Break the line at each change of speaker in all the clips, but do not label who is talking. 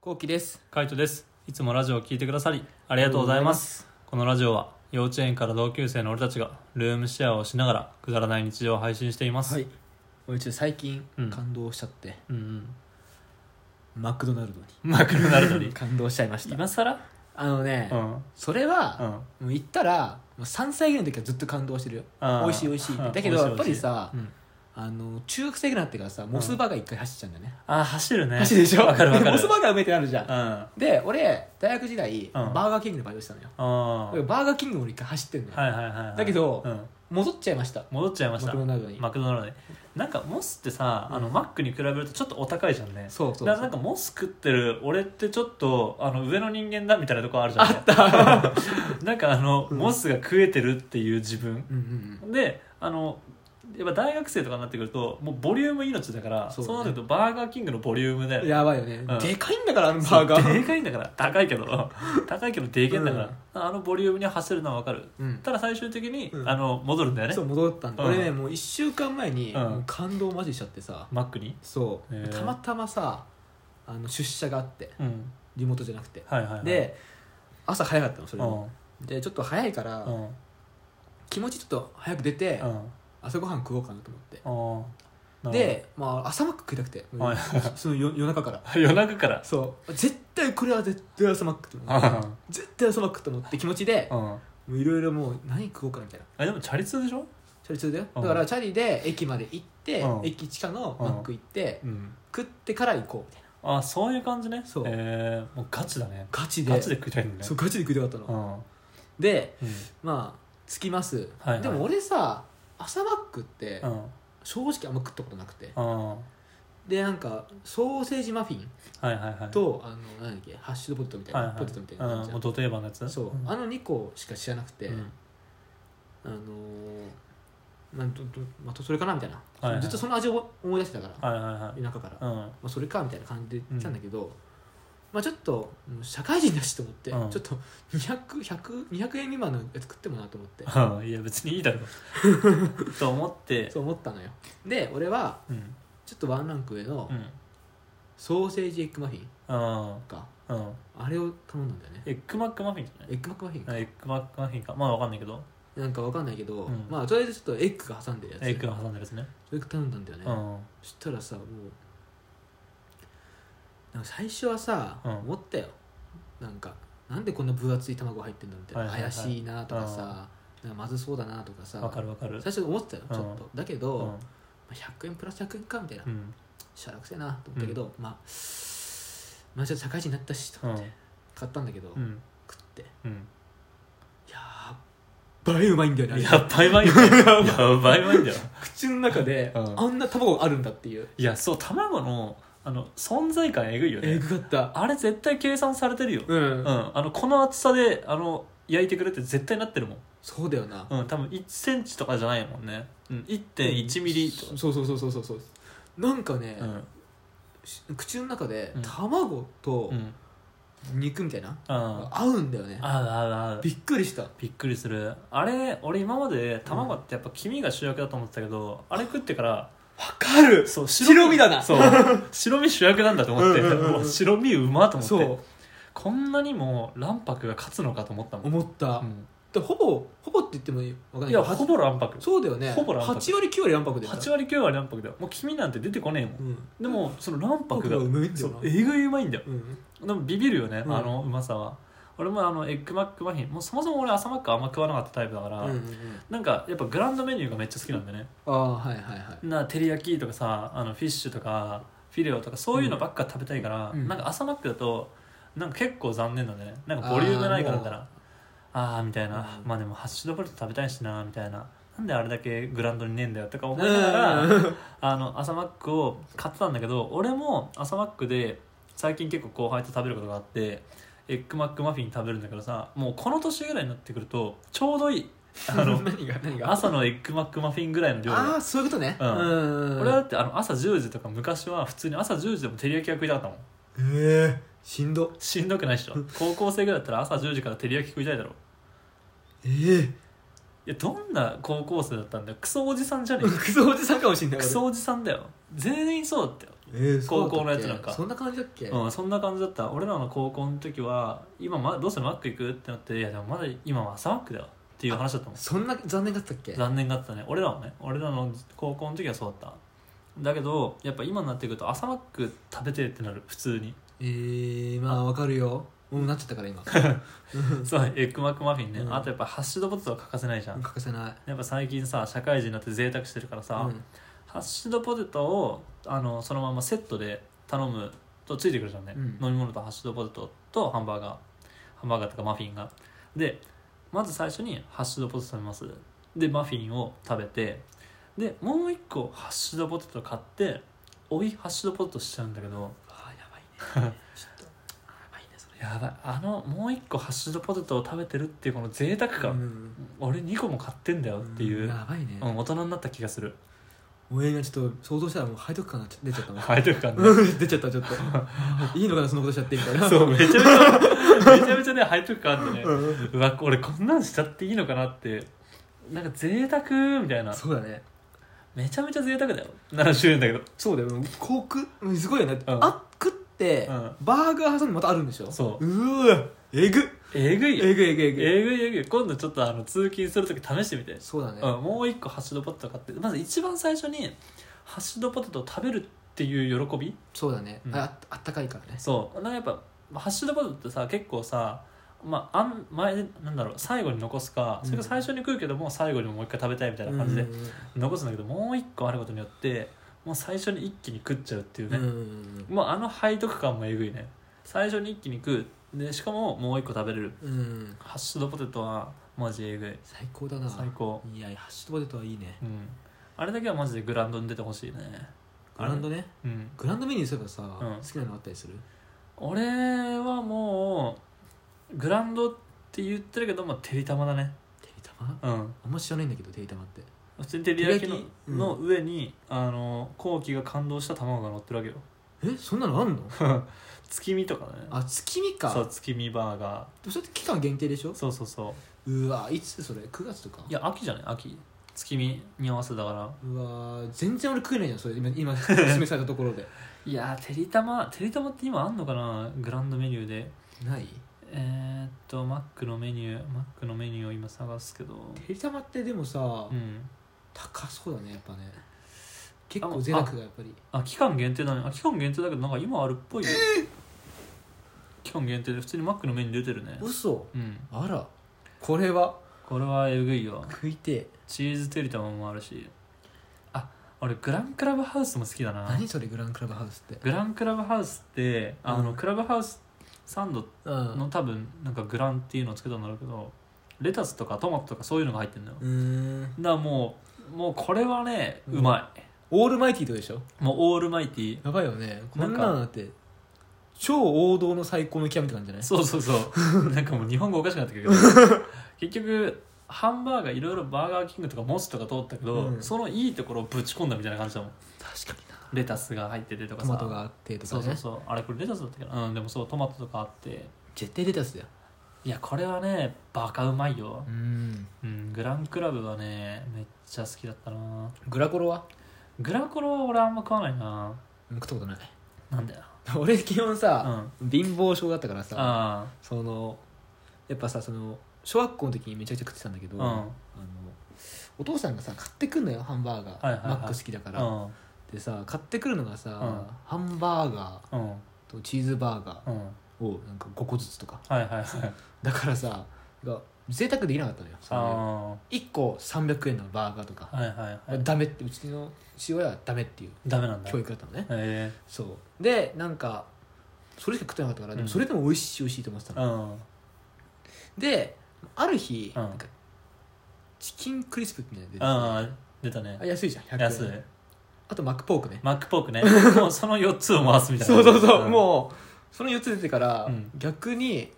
こうきです。
カイトですいつもラジオを聞いてくださりありがとうございますこのラジオは幼稚園から同級生の俺たちがルームシェアをしながらくだらない日常を配信しています、
はい。俺ちょっと最近
うん
感動しちゃって、
うんうん
マクドナルド
マクドナルド
に
に
感動しちゃいました。
今更
あのね、
うん
それ
う
は、
ん
もう行ったら、もう3歳ぐらいの時はずっと感動してるよ。
あー
美味しい美味しいって
うん
だけど
美味しい美味しい
やっぱりさ
うん
あの、中学生ぐらいになってからさ、モスバーガー一回走っちゃうんだよね。
あー走るね
走るでしょ
わかるわかる
モスバーガーうめえってなるじゃん。
うん
で、俺、大学時代、バーガーキングでバイトしてたのよ。
あー
バーガーキング俺一回走ってんのよ。
はいはいはいはい
だけど
うん
戻っちゃいました。
戻っちゃいま
マ
した
クドナルドに。
マクドナルドになんかモスってさ、
うん
あのマックに比べるとちょっとお高いじゃんね
そうそうそう
だからなんかモス食ってる俺ってちょっとあの上の人間だみたいなとこあるじゃん
あった。
なんかあの、
うん
モスが食えてるっていう自分
うんうんうん。
であのやっぱ大学生とかになってくるともうボリューム命だから
そ
そうう,、
ね
なるとバーガーキングのボリュームだよ
やばいよね、
うん
でかいんだからあの
そ
バー
う
ガー
でかいんだから高い けど高いけどでけえんだから、あのボリュームに走るのはわかる
うん
ただ最終的に、
うん
あの戻るんだよね
そう戻ったんだ、
うん
俺ねもう1週間前に、
うん
もう感動マジしちゃってさ
マックに
そう、
へえ
たまたまさあの出社があって
うん
リモートじゃなくて、
はいはい、はい、
で朝早かったのそれ
うん
も、でちょっと早いから、
うん
気持ちちょっと早く出て、
うん
朝ごはん食おうかなと思って、
うん
で、まあ、朝マック食いたくて、
はい
その夜夜中から
なるほど夜中から
そう絶対これは絶対朝マックと思って
う
絶対朝マックと思って気持ちで
んうん
もういろいろもう何食おうかなみたいな
あでもチャリ通でしょ
チャリ通だよ
う
だ
ん
からチャリで駅まで行って、
うん
駅地下のマック行って、
うん
食ってから行こうみたいな
あそういう感じね
そう
えーもうガチだね
ガチで
ガチで食いたいんだね
そうガチで食いたかったの、
うん
で
うん
まあ着きます、
はいはい
でも俺さ朝マックって
うん
正直あんま食ったことなくて、
うんは
でなんかソーセージマフィン
いはいはい
と、あのなんだっけハッシュドポテトみたいな、
はいはい
ポテトみたいな感
う
じ
ん
じゃ
も
ん
うド定番のやつ
そう、
ん
あの2個しか知らなくて、
うん
あのーまあ、どどまあ、それかなみたいな、
はいはい
ずっとその味を思い出してたから、
はいはいは
田舎から
いうん
まあ、それかみたいな感じで言ってたんだけど、まあ、ちょっとうん社会人だしと思って、
うん
ちょっと200200 200円未満のやつ食ってもなと思って
うん いや別にい いだろうと思って
そう思ったのよで俺は
うん
ちょっとワンランク上の
うん
ソーセージエッグマフィン
うん
か
うん
あれを頼んだんだよね
エッグマックマフィンじゃ
エッグマックマフィンか
ないエッグマックマフィンかまだわかんないけど
なんかわかんないけど、
うん
まあとりあえずちょっとエッグが挟んでるやつ
エッグが挟んでるやつね
それ頼んだんだよね、
うん
そしたらさもうなんか最初はさ、
うん
思ったよなんかなんでこんな分厚い卵入ってんだみたいな、
はいはいはい
怪しいなとかさ、なんかまずそうだなとかさ
わかるわかる
最初思ってたよ
うん
ちょっと、だけど、
う
ま
ん
あ、100円プラス100円かみたいな、
うん
しゃらくせえなと思ったけど、まあまあちょっと社会人になったしと
う
思って、
ん
買ったんだけど、
うん
食って
うん
やーばいうまいんだよねあれ
やっばいまいんだよ やっばいまいんだよ
口の中で、
うん
あんな卵あるんだっていう
いやそう卵のあの存在感えぐいよ
え
ね
ぐかった
あれ絶対計算されてるよ、
うん、
うん、あのこの厚さであの焼いてくれって絶対なってるもん、
そうだよな、
うん、多分1センチとかじゃないもんね、うん、1.1ミリとか、
そうそうそうそうそうそうなんかね、
うん
し口の中で
うん
卵と
うん、
肉みたいな、
あ
合うんだよね
あああ
びっくりした
びっくりするあれ俺今まで卵ってやっぱ黄身が主役だと思ってたけど、あれ食ってから
かる
そう
白身だな
そう白身主役なんだと思って
うんうんうんうん
もう白身うまと思って
そう
こんなにも卵白が勝つのかと思ったもん、
思った、
うん
でほぼほぼって言っても分かんない
い
けど
やほぼ卵白
そうだよね
ほぼ卵白
8割9割卵白で
8割9割卵白だよもう黄身なんて出てこねえも
う
ん、
ん
でもその卵白が
うまいんだ
そ
よ
う
な
えぐいうまいんだよ
うん
でもビビるよね、
うん
あのうまさは俺もあのエッグマックマフィンもうそもそも俺朝マックあんま食わなかったタイプだから、
うんうんうん
なんかやっぱグランドメニューがめっちゃ好きなんだよね
ああはいはいはい
な照り焼きとかさあのフィッシュとかフィレオとかそういうのばっか食べたいから、
うん
なんか朝マックだとなんか結構残念だねなんかボリュームないからみたいなあーみたいな、
うん
まあでもハッシュドポテト食べたいしなみたいななんであれだけグランドにねえんだよとか思いながら、
うん
あの朝マックを買ってたんだけど俺も朝マックで最近結構後輩と食べることがあってエッグマックマフィン食べるんだけどさもうこの年ぐらいになってくるとちょうどいいあ の
何が何が
朝のエッグマックマフィンぐらいの量
ああそういうことね
うん
ん
俺はだってあの朝10時とか昔は普通に朝10時でも照り焼きが食いたかったもん
えー、しんど
しんどくないっしょ高校生ぐらいだったら朝10時から照り焼き食いたいだろ
ええ
いやどんな高校生だったんだよクソおじさんじゃね
ー、クソおじさんかもしんない
えクソおじさんだよ全員そうだったよ
えー
高校のやつなんか
そんな感じだっけ、
うん、そんな感じだった俺らの高校の時は今、ま、どうするマック行くってなっていやでもまだ今は朝マックだよっていう話だったもん
そんな残念だったっけ
残念だったね俺らはね俺らの高校の時はそうだっただけどやっぱ今になってくると朝マック食べてってなる普通に
えー、まあわかるようんなっちゃったから 今
そうエッグマックマフィンね、
うん
あとやっぱハッシュドポテトは欠かせないじゃん
欠かせない
やっぱ最近さ社会人になって贅沢してるからさ、
うん
ハッシュドポテトをあのそのままセットで頼むとついてくるじゃんね、
うん
飲み物とハッシュドポテトとハンバーガーハンバーガーとかマフィンがでまず最初にハッシュドポテト食べますでマフィンを食べてでもう一個ハッシュドポテト買って追いハッシュドポテトしちゃうんだけど
あーやば いねちょっとあーやばいねそれ
やばいあのもう一個ハッシュドポテトを食べてるっていうこの贅沢
う
感、
ん
俺2個も買ってんだよっていう、
んやばいね、
うん、大人になった気がする
俺がちょっと想像したらもう背徳感が出ちゃったもん
背徳感ね
うん 出ちゃったちょ っといいのかなそんなことしちゃってみたいな
そうめ ちゃめちゃめちゃめちゃね背徳感あってね
うん
うわ俺こんなんしちゃっていいのかなってなんか贅沢みたいな
そうだね
めちゃめちゃ贅沢だよ7種類だけど
そうだよコークうんすごいよね、
うん
あ食って、
うん
バーガー挟んでまたあるんでしょ
そう
うわえぐ
えぐいよ
えぐえぐえぐ
えぐいえぐい今度ちょっとあの通勤する時試してみて、
そうだね、
うん、もう一個ハッシュドポテト買ってまず一番最初にハッシュドポテトを食べるっていう喜び
そうだね、
うん
ああったかいからね
そうなんかやっぱハッシュドポテトってさ結構さまあ、あん前なんだろう最後に残すかそれか最初に食うけども最後にもう一回食べたいみたいな感じで
うんうん
残すんだけどもう一個あることによってもう最初に一気に食っちゃうっていう
うんう
ね、
ん
もうあの背徳感もえぐいね最初に一気に食うでしかももう一個食べれる
うんうん
ハッシュドポテトはマジえぐい
最高だな
最高
いやハッシュドポテトはいいね
うんあれだけはマジでグラウンドに出てほしいね
グランドね
うん
グランドメニューすればさ、
ん
好きなのあったりする
俺はもうグラウンドって言ってるけどまあてりたまだね
てりたま
うん
あんま知らないんだけどてりたまって
普通に照り焼きの
照り焼きうん
の上に、あの後期が感動した卵が乗ってるわけよ
えそんなの あんの
月見とかね
あ月見か
そう月見バーガ
でもそれって期間限定でしょ
ーそうそうそう
うわいつそれ9月とか
いや秋じゃない秋月見に合わせだから
うわ全然俺食えないじゃんそれ今 今示されたところで
いやーてりたまてりたまって今あんのかなグランドメニューで
ない
えー、っとマックのメニューマックのメニューを今探すけど
てりたまってでもさ、
うん
高そうだねやっぱね結構贅沢がやっぱり
あ期間限定だねあ期間限定だけどなんか今あるっぽいよ、期間限定で普通にマックのメニュー出てるね
嘘
うん
あらこれは
これはえぐいよ
食いてえ
チーズてりたまもあるしあ俺グランクラブハウスも好きだな
何それグランクラブハウスって
グランクラブハウスってあの、
うん
クラブハウスサンド
う
の
ん
多分なんかグランっていうのをつけたんだろうけどレタスとかトマトとかそういうのが入ってるのよだか
うーん
らもうもうこれはね
うん
うまい、
オールマイティーってことでしょ
もうオールマイティ
やばいよねこん
な
なん
か
のだって超王道の最高の極みって感じじゃない
そうそうそ うなんかもう日本語おかしくなってくるけど結局ハンバーガーいろいろバーガーキングとかモスとか通ったけど、
うん
そのいいところをぶち込んだみたいな感じだもん
確かにな
レタスが入っててとか
ト
さ
マトがあってとか
そ
ね
うそうそうあれこれレタスだったっけなうんでもそうトマトとかあって
絶対レタスだよ
いやこれはねバカうまいよ
う、ん
うん、グランクラブはねめっちゃ好きだったな
グラコロは
グラコロは俺あんま食わないな
うん食ったことない
なんだよ
俺基本
うん
さ、
あ
貧乏症だったからさ
あ
そのやっぱさその小学校の時にめちゃくちゃ食ってたんだけど、
うん
あのお父さんがさ買ってくんのよハンバーガー、
はいはいはい
マック好きだから、
うん
でさ買ってくるのがさ、
ん
ハンバーガ
うん
ーとチーズバーガ
うん
ーをなんか5個ずつとか
はいはいはい
だからさなんか贅沢できなかったのよ
ああは
1個300円のバーガーとか、
いはいはい
ダメってうちの父親はダメっていう
ダメなんだ
教
へ
育だったのね
え
そうでなんかそれしか食ってなかったから、でもそれでも美味しい美味しいと思ってたの、
うん
である日、
うん
なんかチキンクリスプみたいな
あ
の
あ出たね
出てきてあ安いじゃん100円
安い
あとマックポークね
マックポー クねもうその4つを回すみたいな
そうそうそう、
ん
もうその4つ出てから、
うん
逆に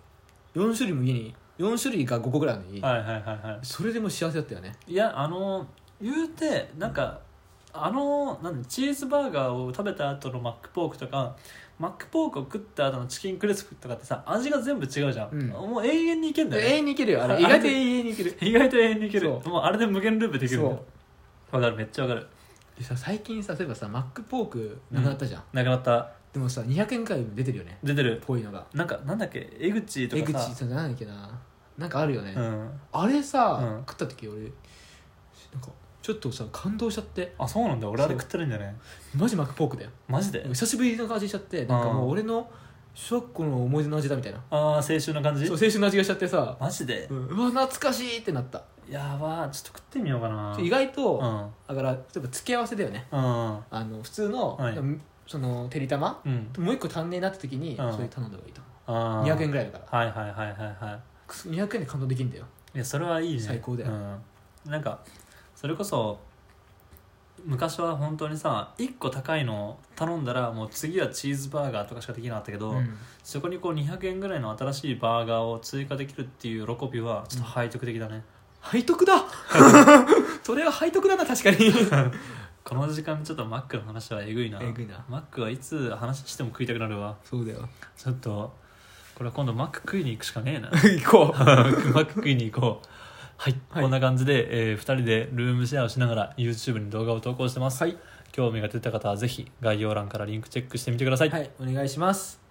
4種類も家に4種類が5個ぐらいあるのに、
はいはいはいは
それでもう幸せだったよね
いいやあの言うてなんかあのなんだチーズバーガーを食べた後のマックポークとかマックポークを食った後のチキンクリスプとかってさ味が全部違うじゃん、
うん
もう永遠にいけんだよね
永遠にいけるよあ
あ
れ意外と永遠にいける
意外と永遠にいける
そう
もうあれで無限ループできるんだよ
そ
わかるめっちゃわかる
でさ最近さそういえばさマックポークなくなったじゃん、
なくなった
でもさ200円くらい出てるよね
出てる
ぽいのが
なんかなんだっけ江口と
江口
かさ
さんじゃないっけななんかあるよね、
うん
あれさ、
うん
食った時俺なんかちょっとさ感動しちゃって
あそうなんだ俺あれ食ってるんじゃない
マジマックポークだよ
マジで
久しぶりの味しちゃってなんかも
あー
う俺の小学校の思い出の味だみたいな
ああ青春の感じ
そう青春の味がしちゃってさ、
マジで
うんうわ懐かしいってなった
やばーちょっと食ってみようかな
意外と、
うん
だから例えば付け合わせだよね
うん
あの普通の、
はい
そのてりたま
うん
もう一個足んねえなって時に、
うん
それ頼んだ方がいいと
あ
思う
ー
200円ぐらいだから
はいはいはいはいは
くそ200円で感動できるんだよ
いいやそれはいいね
最高だよ
うん、なんかそれこそ昔は本当にさ1個高いの頼んだらもう次はチーズバーガーとかしかできなかったけど、
うん
そこにこう200円ぐらいの新しいバーガーを追加できるっていう喜びはちょっと背徳的だね、
背徳 だそれは背徳だな確かに
この時間ちょっとマックの話はえぐいな
えぐいな
マックはいつ話しても食いたくなるわ
そうだよ
ちょっとこれは今度マック食いに行くしかねえな
行こう
マック食いに行こうはい、
はい
こんな感じで、え2人でルームシェアをしながら YouTube に動画を投稿してます、
はい
興味が出た方はぜひ概要欄からリンクチェックしてみてください、
はいお願いします